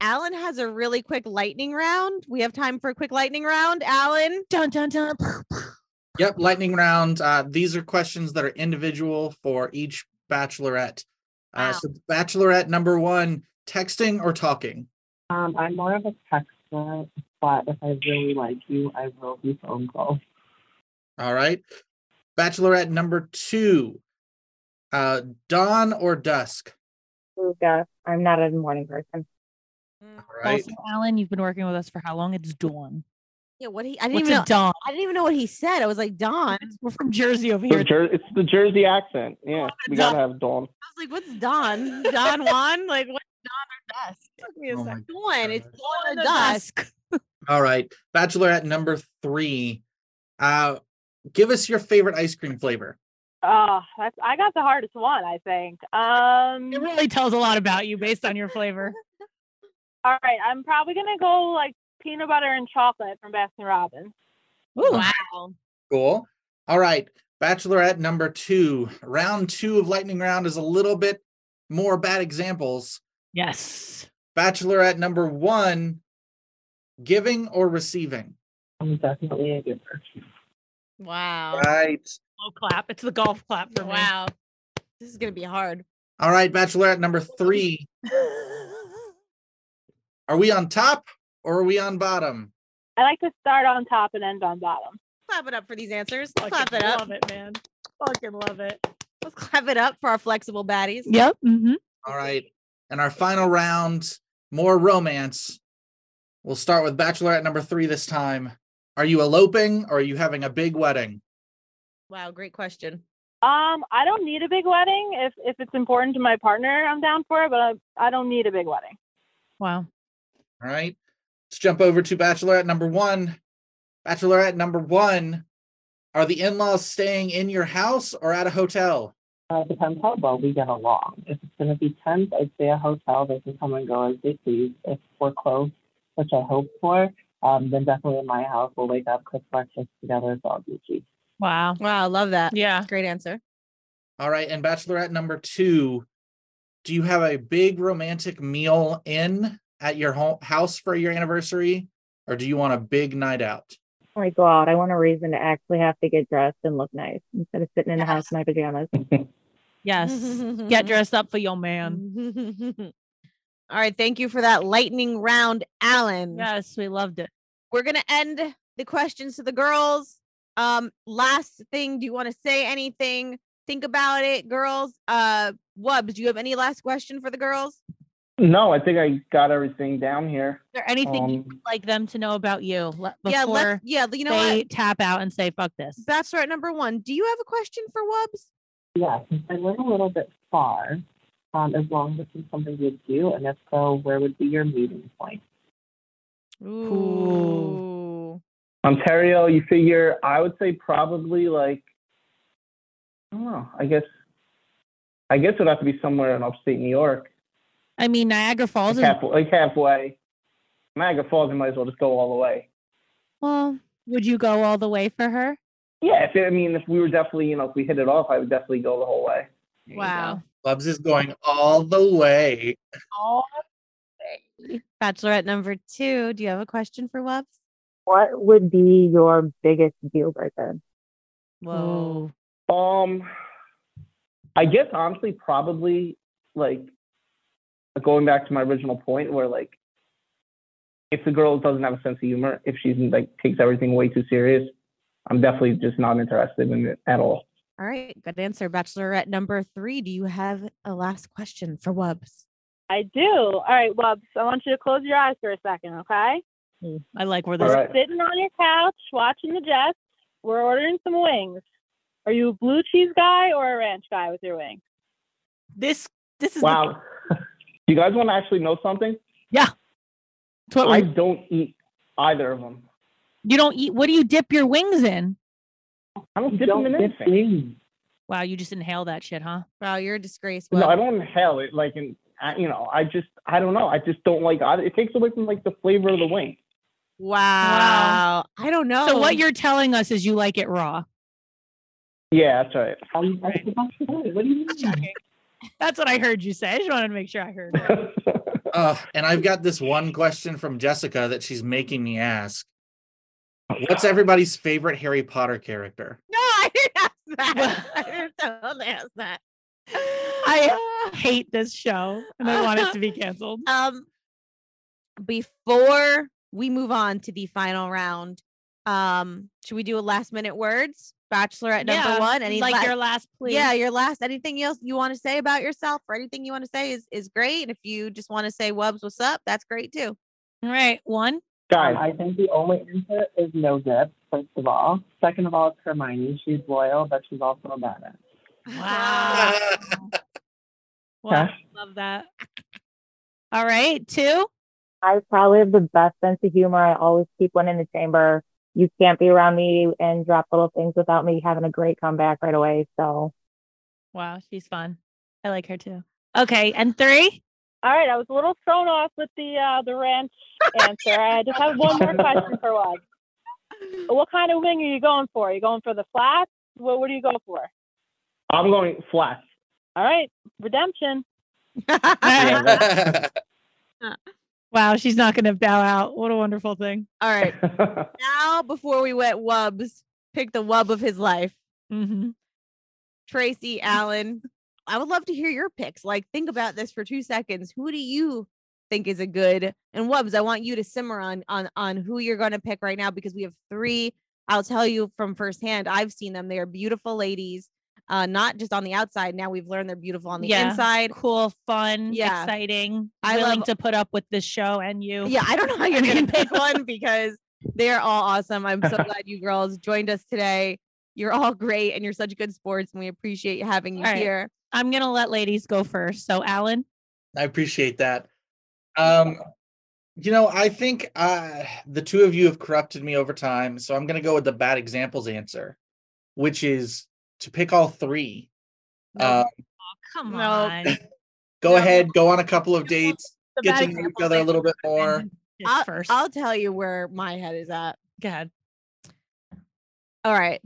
Speaker 4: Alan has a really quick lightning round. We have time for a quick lightning round. Alan,
Speaker 3: Dun dun dun.
Speaker 1: Yep, lightning round. Uh, these are questions that are individual for each bachelorette. Uh,
Speaker 4: Wow.
Speaker 1: So, bachelorette number one: texting or talking.
Speaker 9: Um, I'm more of a texter, but Uh, if I really like you, I will do phone calls.
Speaker 1: All right. Bachelorette number two: uh, dawn or dusk.
Speaker 7: Luca, I'm not a morning person.
Speaker 1: All right.
Speaker 3: Also, Alan, you've been working with us for how long? It's dawn.
Speaker 4: yeah, what he? I didn't
Speaker 3: What's
Speaker 4: even.
Speaker 3: a
Speaker 4: Know,
Speaker 3: dawn?
Speaker 4: I didn't even know what he said. I was like Don. I
Speaker 3: We're from Jersey over
Speaker 5: The
Speaker 3: here.
Speaker 5: Jer- it's the Jersey accent. Yeah. We gotta have Dawn.
Speaker 4: was like, "What's Don? Don Juan? Like what's Don or Dusk?" Took me a
Speaker 1: Oh my
Speaker 4: second. Dawn. It's
Speaker 1: goodness.
Speaker 4: Dawn or Dusk.
Speaker 1: All right. Bachelorette number three: uh, give us your favorite ice cream flavor.
Speaker 8: Oh, that's, I got the hardest one, I think.
Speaker 3: It
Speaker 8: Um,
Speaker 3: really tells a lot about you based on your flavor.
Speaker 8: all right, I'm probably gonna go like peanut butter and chocolate from Baskin Robbins.
Speaker 3: Ooh.
Speaker 4: Wow.
Speaker 1: Cool. All right. Bachelorette number two. Round two of lightning round is a little bit more bad examples.
Speaker 3: Yes.
Speaker 1: Bachelorette number one, giving or receiving.
Speaker 9: I'm definitely a giver.
Speaker 4: Wow.
Speaker 1: Right.
Speaker 3: Oh, clap. It's the golf clap for me.
Speaker 4: Wow. This is gonna be hard.
Speaker 1: All right, Bachelorette number three. Are we on top or are we on bottom?
Speaker 8: I like to start on top and end on bottom.
Speaker 4: Clap it up for these answers.
Speaker 3: Fucking
Speaker 4: Clap it up.
Speaker 3: Love it, man. Fucking love it.
Speaker 4: Let's clap it up for our flexible baddies.
Speaker 3: Yep. Mm-hmm.
Speaker 1: All right. And our final round, more romance. We'll start with Bachelorette number three this time. Are you eloping or are you having a big wedding?
Speaker 4: Wow, great question.
Speaker 8: Um, I don't need a big wedding. If if it's important to my partner, I'm down for it. But I I don't need a big wedding.
Speaker 3: Wow.
Speaker 1: All right. Let's jump over to Bachelorette number one. Bachelorette number one. Are the in laws staying in your house or at a hotel?
Speaker 9: Uh, depends how well we get along. If it's going to be tense, I'd say a hotel. They can come and go as they please. If we're close, which I hope for, um, then definitely in my house, we'll wake up, cook breakfast together. It's all Gucci.
Speaker 3: Wow.
Speaker 4: Wow, love that.
Speaker 3: Yeah.
Speaker 4: Great answer.
Speaker 1: All right. And Bachelorette number two. Do you have a big romantic meal in at your home house for your anniversary? Or do you want a big night out?
Speaker 7: When we go out, Oh I want a reason to actually have to get dressed and look nice instead of sitting in the house in my pajamas.
Speaker 3: Yes. Get dressed up for your man.
Speaker 4: All right. Thank you for that lightning round, Alan.
Speaker 3: Yes, we loved it.
Speaker 4: We're going to end the questions to the girls. Um, last thing, do you want to say anything? Think about it, girls. Uh, Wubs, do you have any last question for the girls?
Speaker 5: No, I think I got everything down here.
Speaker 3: Is there anything you'd
Speaker 5: Um,
Speaker 3: like them to know about you le- before
Speaker 4: yeah, let, yeah, you know
Speaker 3: they
Speaker 4: what?
Speaker 3: tap out and say fuck this?
Speaker 4: Bachelorette number one. Do you have a question for Wubs?
Speaker 9: Yeah, since I live a little bit far, um, as long as it's something you'd do, and if so, where would be your meeting point?
Speaker 4: Ooh.
Speaker 5: Ontario, you figure, I would say probably like, I don't know, I guess, I guess it would have to be somewhere in upstate New York,
Speaker 3: I mean, Niagara Falls
Speaker 5: like,
Speaker 3: is
Speaker 5: half, like halfway. Niagara Falls, I might as well just go all the way.
Speaker 3: well. Would you go all the way for her?
Speaker 5: Yeah, if, I mean, if we were definitely, you know, if we hit it off, I would definitely go the whole way.
Speaker 9: There you
Speaker 3: Wow.
Speaker 1: Bubs is going all the way.
Speaker 4: Bachelorette number two. Do you have a question for Wubs?
Speaker 7: What would be your biggest deal breaker?
Speaker 4: Whoa.
Speaker 5: go. Um, I guess honestly, probably like going back to my original point where like if the girl doesn't have a sense of humor, if she's like takes everything way too serious, I'm definitely just not interested in it at all.
Speaker 4: All right. Good answer. Bachelorette number three. Do you have a last question for Wubs?
Speaker 8: I do. All right, Wubs. I want you to close your eyes for a second, okay?
Speaker 3: I like where
Speaker 5: All
Speaker 3: this.
Speaker 5: right.
Speaker 8: sitting on your couch watching the Jets. We're ordering some wings. Are you a blue cheese guy or a ranch guy with your wings?
Speaker 3: This this is
Speaker 5: Wow. you guys want to actually know something?
Speaker 3: the, what
Speaker 5: I
Speaker 3: we-
Speaker 5: don't eat either of them.
Speaker 3: you don't eat. What do you dip your wings in?
Speaker 5: I don't
Speaker 9: You
Speaker 5: dip
Speaker 9: don't
Speaker 5: them in
Speaker 9: dip
Speaker 5: anything.
Speaker 9: in.
Speaker 3: Wow, you just inhale that shit, huh?
Speaker 4: Wow, you're a disgrace.
Speaker 5: No, I
Speaker 4: Wubs.
Speaker 5: don't inhale it. Like, and I, you know, I just, I don't know. I just don't like. I, it takes away from like the flavor of the wing.
Speaker 4: wow. I don't know.
Speaker 3: So what you're telling us is you like it raw.
Speaker 5: Yeah, that's right.
Speaker 9: Um, I was about to say, what do you mean?
Speaker 3: That's what I heard you say. I just wanted to make sure I heard. it.
Speaker 1: Uh, and I've got this one question from Jessica that she's making me ask. What's everybody's favorite Harry Potter character?
Speaker 4: No, I didn't ask that. I didn't tell them to ask that.
Speaker 3: I hate this show and I want it to be canceled.
Speaker 4: um before we move on to the final round, um, should we do a last minute words? Bachelorette number
Speaker 3: Yeah,
Speaker 4: one. Any
Speaker 3: like
Speaker 4: la-
Speaker 3: your last plea.
Speaker 4: Yeah, your last anything else you want to say about yourself or anything you want to say is is great. And if you just want to say Wubs, what's up? That's great too.
Speaker 3: All right. One.
Speaker 5: Guys,
Speaker 9: Um, I think the only answer is no dip, first of all. Second of all, it's Hermione. She's loyal, but she's also a badass.
Speaker 3: Wow. wow.
Speaker 5: Yeah.
Speaker 3: Love that. All right. Two.
Speaker 7: I probably have the best sense of humor. I always keep one in the chamber. You can't be around me and drop little things without me having a great comeback right away. So
Speaker 3: Wow. She's fun. I like her too. Okay. And three.
Speaker 8: All right, I was a little thrown off with the uh, the ranch answer. I just have one more question for one. What kind of wing are you going for? Are you going for the flats? What what do you go for?
Speaker 5: I'm going flat.
Speaker 8: All right, redemption.
Speaker 5: Yeah, that's-
Speaker 3: Wow. She's not going to bow out. What a wonderful thing.
Speaker 4: All right. Now before we went Wubs, pick the wub of his life.
Speaker 3: Mm-hmm.
Speaker 4: Tracy Allen. I would love to hear your picks. Like, think about this for two seconds. Who do you think is a good and Wubs? I want you to simmer on on on who you're going to pick right now because we have three. I'll tell you from firsthand. I've seen them. They are beautiful ladies. Uh, not just on the outside. Now we've learned they're beautiful on the
Speaker 3: Yeah.
Speaker 4: inside.
Speaker 3: Cool, fun,
Speaker 4: Yeah.
Speaker 3: exciting.
Speaker 4: I
Speaker 3: willing
Speaker 4: love-
Speaker 3: to put up with this show and you.
Speaker 4: Yeah, I don't know how you're
Speaker 3: mean-
Speaker 4: gonna pick one because they're all awesome. I'm so glad you girls joined us today. You're all great and you're such good sports and we appreciate having you
Speaker 3: All right.
Speaker 4: here.
Speaker 3: I'm gonna let ladies go first. So Alan,
Speaker 1: I appreciate that. Um, you know, I think uh, the two of you have corrupted me over time, so I'm going to go with the bad examples answer, which is to pick all three. Um,
Speaker 3: come
Speaker 5: No.
Speaker 3: on.
Speaker 1: go
Speaker 3: No.
Speaker 1: ahead, go on a couple of dates,
Speaker 3: The
Speaker 1: get
Speaker 3: bad
Speaker 1: to know each
Speaker 3: examples
Speaker 1: other a
Speaker 3: answer
Speaker 1: little bit
Speaker 3: would have
Speaker 1: more.
Speaker 3: been this
Speaker 4: I'll,
Speaker 3: first.
Speaker 4: I'll tell you where my head is at.
Speaker 3: Go ahead.
Speaker 4: All right.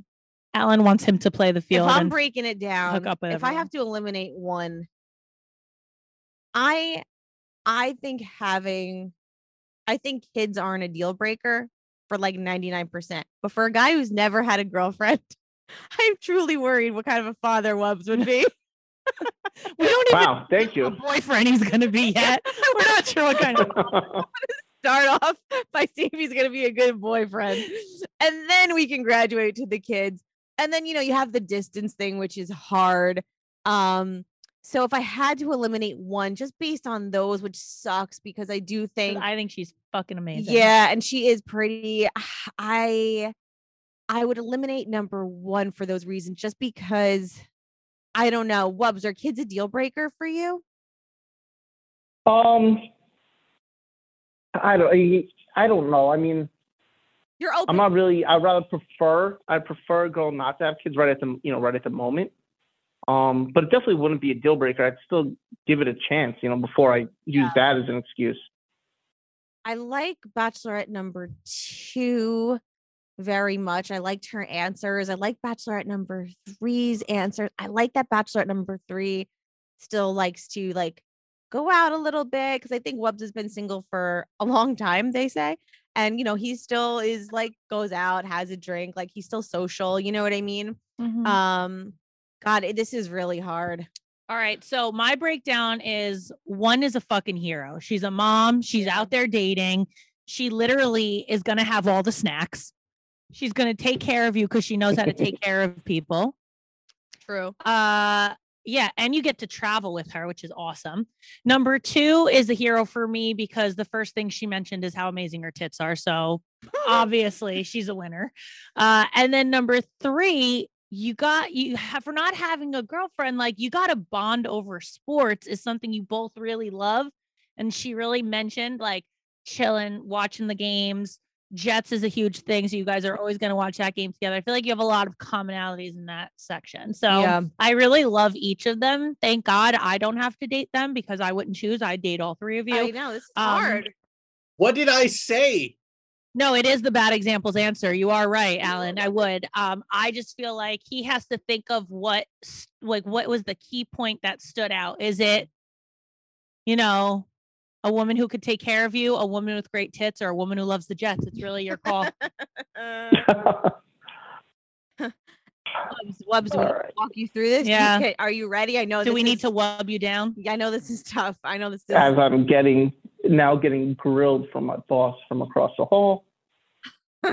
Speaker 3: Alan wants him to play the field.
Speaker 4: If I'm
Speaker 3: and-
Speaker 4: breaking it down,
Speaker 3: up with
Speaker 4: if I
Speaker 3: everyone.
Speaker 4: have to eliminate one, I I think having I think kids aren't a deal breaker for like 99%. But for a guy who's never had a girlfriend, I'm truly worried what kind of a father Wubs would be.
Speaker 3: we don't even
Speaker 5: Wow,
Speaker 3: know
Speaker 5: thank you.
Speaker 3: what boyfriend he's gonna be yet. We're not sure what kind of
Speaker 4: Start off by seeing if he's gonna be a good boyfriend. And then we can graduate to the kids. And then you know, you have the distance thing, which is hard. Um, so if I had to eliminate one just based on those, which sucks because I do think
Speaker 3: I think she's fucking amazing.
Speaker 4: Yeah, and she is pretty. I I would eliminate number one for those reasons, just because I don't know. Wubs, are kids a deal breaker for you?
Speaker 5: Um, I don't. I don't know. I mean,
Speaker 4: You're open.
Speaker 5: I'm not really. I rather prefer. I prefer a girl not to have kids right at the you know right at the moment. Um, but it definitely wouldn't be a deal breaker. I'd still give it a chance, you know, before I use that as an excuse.
Speaker 4: I like Bachelorette number two very much. I liked her answers. I like Bachelorette number three's answers. I like that Bachelorette number three still likes to like go out a little bit because I think Webbs has been single for a long time, they say. And you know, he still is like goes out, has a drink, like he's still social, you know what I mean?
Speaker 3: Mhm.
Speaker 4: Um God, it- this is really hard.
Speaker 3: All right. So my breakdown is one is a fucking hero. She's a mom. She's out there dating. She literally is going to have all the snacks. She's going to take care of you because she knows how to take care of people.
Speaker 4: True.
Speaker 3: Uh yeah, and you get to travel with her, which is awesome. Number two is a hero for me because the first thing she mentioned is how amazing her tits are. So obviously she's a winner. Uh, and then number three, you got you have for not having a girlfriend, like you got to bond over sports is something you both really love. And she really mentioned like chilling, watching the games. Jets is a huge thing. So you guys are always going to watch that game together. I feel like you have a lot of commonalities in that section. So
Speaker 4: yeah.
Speaker 3: I really love each of them. Thank God I don't have to date them because I wouldn't choose. I date all three of you.
Speaker 4: I know this is
Speaker 3: Um,
Speaker 4: hard.
Speaker 1: What did I say?
Speaker 3: no, it is the bad examples answer. You are right, Alan. I would. Um, I just feel like he has to think of what, s- like, what was the key point that stood out? Is it, you know, a woman who could take care of you, a woman with great tits, or a woman who loves the Jets? It's really your call.
Speaker 4: Uh,
Speaker 5: All
Speaker 4: Wubs, Wubs, do we need to
Speaker 5: right.
Speaker 4: walk you through this? You
Speaker 3: Yeah.
Speaker 4: can- are you ready? I know.
Speaker 3: Do
Speaker 4: this
Speaker 3: we need to
Speaker 4: is-
Speaker 3: wub you down?
Speaker 4: Yeah, I know this is tough. I know this is.
Speaker 5: As I'm getting now getting grilled from my boss from across the hall.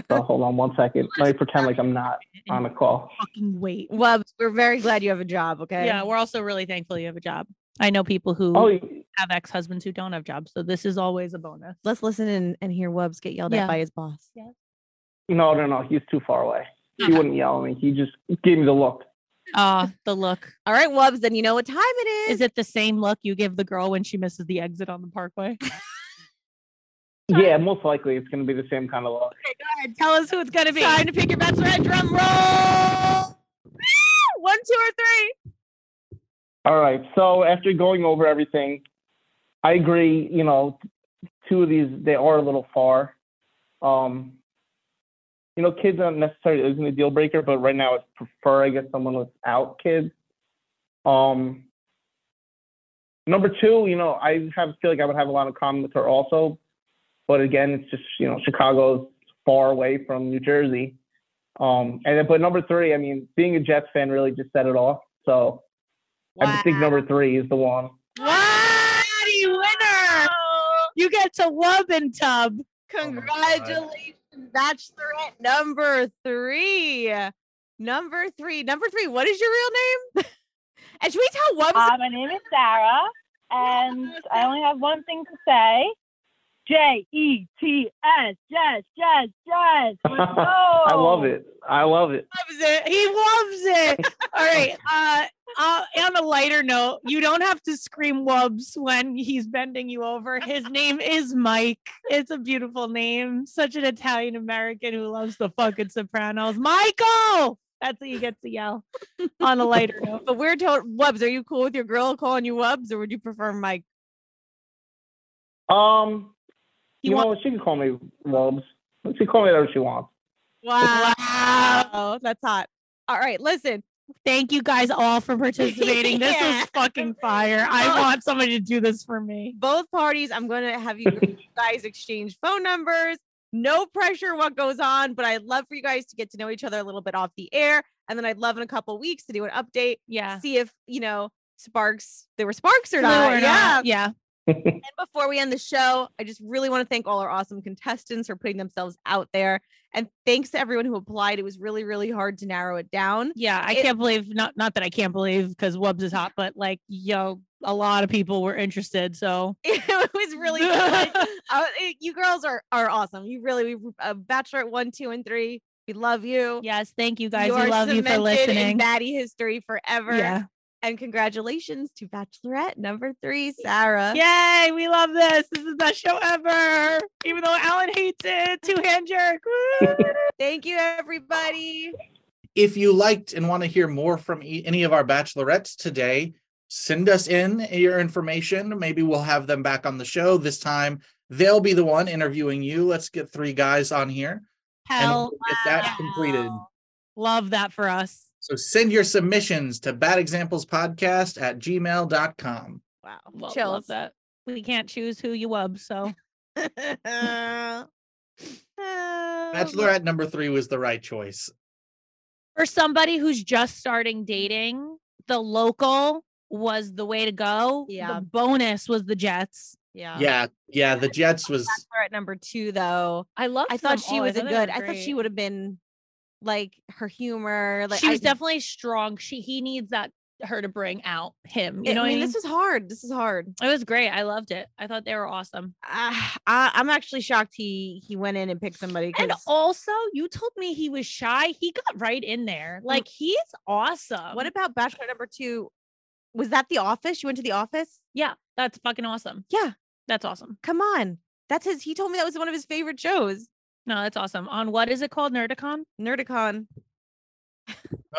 Speaker 5: So hold on one second. Let me pretend like I'm not on a call.
Speaker 3: Fucking wait.
Speaker 4: Wubs, we're very glad you have a job. Okay.
Speaker 3: Yeah, we're also really thankful you have a job. I know people who
Speaker 5: Oh,
Speaker 3: have ex-husbands who don't have jobs, so this is always a bonus.
Speaker 4: Let's listen and, and hear Wubs get yelled
Speaker 3: Yeah.
Speaker 4: at by his boss.
Speaker 5: no, no, no. He's too far away. He wouldn't yell at me. He just gave me the look.
Speaker 3: Ah, the look.
Speaker 4: All right, Wubs, then you know what time it is.
Speaker 3: Is it the same look you give the girl when she misses the exit on the parkway?
Speaker 5: Yeah, most likely it's going to be the same kind of look.
Speaker 3: Tell us who it's gonna be.
Speaker 4: Time
Speaker 3: to pick your bachelorette drum roll.
Speaker 4: one, two, or three?
Speaker 5: All right. So after going over everything, I agree. You know, two of these they are a little far. Um, you know, kids aren't necessarily isn't a deal breaker, but right now I prefer I guess someone without kids. Um, number two, you know, I have feel like I would have a lot in common with her also, but again, it's just you know Chicago's far away from New Jersey. Um, and then, but number three, I mean, being a Jets fan really just set it off. So I just think number three is the one.
Speaker 3: Bloody winner! You get to wub and tub.
Speaker 4: Congratulations, Bachelorette number three. Number three. Number three. What is your real name? and should we tell Wubs?
Speaker 8: Uh, my name is Sarah, and I only have one thing to say. J E T S, Jets, Jets, Jets. Let's go.
Speaker 5: I love it. I love it.
Speaker 3: loves it. He loves it. All right. Uh, uh, on a lighter note, you don't have to scream wubs when he's bending you over. His name is Mike. It's a beautiful name. Such an Italian American who loves the fucking Sopranos. Michael. That's what you get to yell. On a lighter note,
Speaker 4: But we're told Wubs, are you cool with your girl calling you Wubs or would you prefer Mike?
Speaker 5: Um,
Speaker 3: He
Speaker 5: you, know, she can call me Robes. She can call me whatever she wants.
Speaker 3: Wow.
Speaker 4: Oh, that's hot. All right, listen.
Speaker 3: Thank you guys all for participating. This
Speaker 4: Yeah.
Speaker 3: is fucking fire. I want somebody to do this for me.
Speaker 4: Both parties, I'm gonna have you guys exchange phone numbers. No pressure what goes on, but I'd love for you guys to get to know each other a little bit off the air. And then I'd love in a couple weeks to do an update,
Speaker 3: Yeah.
Speaker 4: see if you know sparks there were sparks or
Speaker 3: Blue
Speaker 4: not.
Speaker 3: or
Speaker 4: yeah.
Speaker 3: not. Yeah.
Speaker 4: And before we end the show, I just really want to thank all our awesome contestants for putting themselves out there. And thanks to everyone who applied. It was really, really hard to narrow it down.
Speaker 3: Yeah, I
Speaker 4: It-
Speaker 3: can't believe not not that I can't believe because Wubs is hot, but like yo, a lot of people were interested. So
Speaker 4: It was really fun. Uh, it- you girls are are awesome. You really, we uh, Bachelorette one, two, and three. We love you.
Speaker 3: yes, thank you guys.
Speaker 4: you
Speaker 3: we
Speaker 4: are
Speaker 3: love you for
Speaker 4: cemented In
Speaker 3: listening.
Speaker 4: baddie history forever.
Speaker 3: Yeah.
Speaker 4: And congratulations to Bachelorette number three, Sarah.
Speaker 3: Yay, we love this. This is the best show ever. Even though Alan hates it. Two hand jerk. Woo!
Speaker 4: Thank you, everybody.
Speaker 1: If you liked and want to hear more from e- any of our bachelorettes today, send us in your information. Maybe we'll have them back on the show. This time, they'll be the one interviewing you. Let's get three guys on here and
Speaker 3: Hell
Speaker 1: we'll get that completed.
Speaker 3: love that for us.
Speaker 1: So send your submissions to badexamplespodcast at gmail.com.
Speaker 4: Wow.
Speaker 3: Lo- Love,
Speaker 4: Chills.
Speaker 3: that. We can't choose who you wub, so
Speaker 1: Bachelorette number three was the right choice.
Speaker 3: for somebody who's just starting dating, the local was the way to go.
Speaker 4: Yeah.
Speaker 3: The bonus was the Jets.
Speaker 4: yeah.
Speaker 1: yeah, yeah, the Jets was
Speaker 4: Bachelorette number two, though.
Speaker 3: I love.
Speaker 4: I thought she was a good. I thought she would have been like her humor. Like
Speaker 3: she
Speaker 4: I-
Speaker 3: was definitely strong. She he needs that her to bring out him. You
Speaker 4: I
Speaker 3: know, what
Speaker 4: mean, this was hard. This is hard.
Speaker 3: it was great. I loved it. I thought they were awesome.
Speaker 4: Ah, I, I'm actually shocked he he went in and picked somebody.
Speaker 3: And
Speaker 4: 'cause
Speaker 3: also, you told me he was shy. He got right in there. Like he's awesome.
Speaker 4: what about Bachelor number two? Was that the office? You went to the office?
Speaker 3: yeah, that's fucking awesome.
Speaker 4: Yeah.
Speaker 3: That's awesome.
Speaker 4: Come on. That's his. He told me that was one of his favorite shows.
Speaker 3: No, that's awesome. On what is it called? Nerdicon?
Speaker 4: Nerdicon.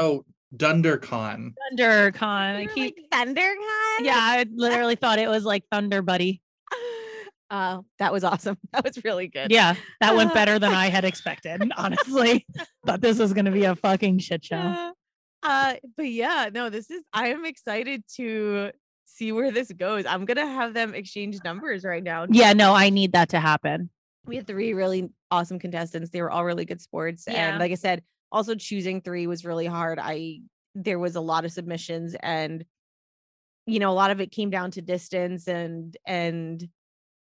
Speaker 1: oh DunderCon.
Speaker 3: Thundercon. I
Speaker 4: You're
Speaker 3: keep-
Speaker 4: like, ThunderCon.
Speaker 3: yeah, I literally thought it was like Thunder Buddy.
Speaker 4: Uh, that was awesome. That was really good.
Speaker 3: Yeah, that went
Speaker 4: Uh.
Speaker 3: better than I had expected. Honestly, thought this was gonna be a fucking shit show.
Speaker 4: Yeah. Uh, but yeah, no, this is. I am excited to see where this goes. I'm gonna have them exchange numbers right now.
Speaker 3: Yeah, no, I need that to happen.
Speaker 4: We had three really awesome contestants. They were all really good sports,
Speaker 3: Yeah.
Speaker 4: and like I said, also choosing three was really hard. I there was a lot of submissions, and you know, a lot of it came down to distance and and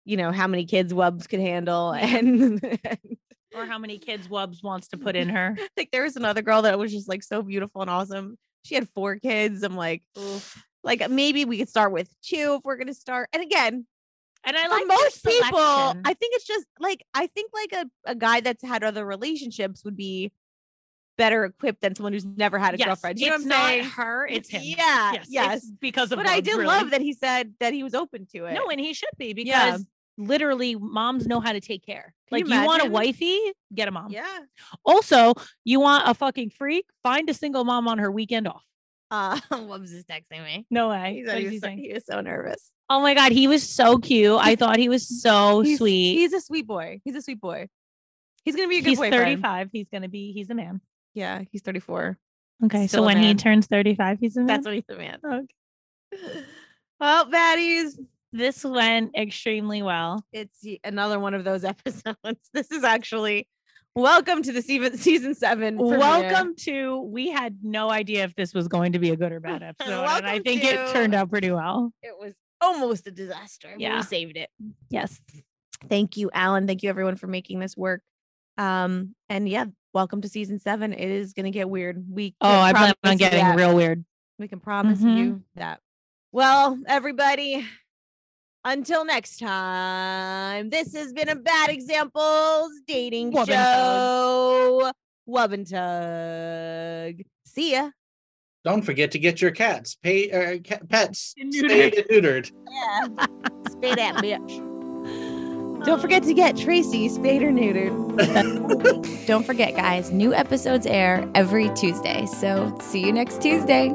Speaker 4: you know how many kids Wubs could handle, and,
Speaker 3: or how many kids Wubs wants to put in her.
Speaker 4: like there was another girl that was just like so beautiful and awesome. She had four kids. I'm like, like maybe we could start with two if we're gonna start. And again,
Speaker 3: And I
Speaker 4: for
Speaker 3: like
Speaker 4: most people, I think it's just like I think like a, a guy that's had other relationships would be better equipped than someone who's never had a girlfriend. You know what
Speaker 3: it's
Speaker 4: I'm
Speaker 3: not
Speaker 4: saying?
Speaker 3: her, it's him.
Speaker 4: Yeah,
Speaker 3: yes,
Speaker 4: yes.
Speaker 3: it's because of.
Speaker 4: But I
Speaker 3: Wubs,
Speaker 4: did
Speaker 3: really.
Speaker 4: love that he said that he was open to it.
Speaker 3: No, and he should be because
Speaker 4: Yeah.
Speaker 3: literally moms know how to take care.
Speaker 4: Can you
Speaker 3: like you, want a
Speaker 4: imagine?
Speaker 3: wifey, get a mom.
Speaker 4: yeah.
Speaker 3: Also, you want a fucking freak, find a single mom on her weekend off.
Speaker 4: Uh, Wubs is texting me.
Speaker 3: No way.
Speaker 4: He,
Speaker 3: What
Speaker 4: said he,
Speaker 3: is he
Speaker 4: was so,
Speaker 3: saying?
Speaker 4: he was so nervous.
Speaker 3: Oh my god, he was so cute. I thought he was so
Speaker 4: He's-
Speaker 3: sweet.
Speaker 4: He's a Oh, sweet boy. He's a sweet boy. He's gonna be a good
Speaker 3: He's
Speaker 4: boyfriend.
Speaker 3: 35. He's gonna be. He's a man.
Speaker 4: Yeah, he's 34.
Speaker 3: Okay,
Speaker 4: Still
Speaker 3: so
Speaker 4: a
Speaker 3: when he
Speaker 4: man.
Speaker 3: turns 35, he's a man.
Speaker 4: That's when he's a man.
Speaker 3: Okay.
Speaker 4: Well, baddies,
Speaker 3: This went extremely well.
Speaker 4: it's y- another one of those episodes. This is actually welcome to the season season seven. premiere.
Speaker 3: Welcome to. We had no idea if this was going to be a good or bad episode, and I
Speaker 4: Welcome
Speaker 3: think
Speaker 4: to-
Speaker 3: it turned out pretty well.
Speaker 4: It was almost a disaster. but
Speaker 3: Yeah.
Speaker 4: we saved it.
Speaker 3: Yes.
Speaker 4: Thank you, Alan. Thank you, everyone, for making this work. Um, and yeah, welcome to season seven. It is gonna get weird. We
Speaker 3: Oh,
Speaker 4: can
Speaker 3: I plan
Speaker 4: promise
Speaker 3: on
Speaker 4: you
Speaker 3: getting
Speaker 4: that.
Speaker 3: real weird.
Speaker 4: Mm-hmm. We can promise
Speaker 3: Mhm.
Speaker 4: you that. Well, everybody, Until next time, this has been a Bad Examples dating
Speaker 3: Wub and
Speaker 4: show. Wub and Tug. See ya.
Speaker 1: Don't forget to get your cats, pay, uh, ca- pets,
Speaker 3: And
Speaker 1: spayed and neutered.
Speaker 4: Yeah. Spay that bitch. Don't forget to get Tracy spayed or neutered.
Speaker 11: Don't forget, guys, new episodes air every Tuesday. So see you next Tuesday.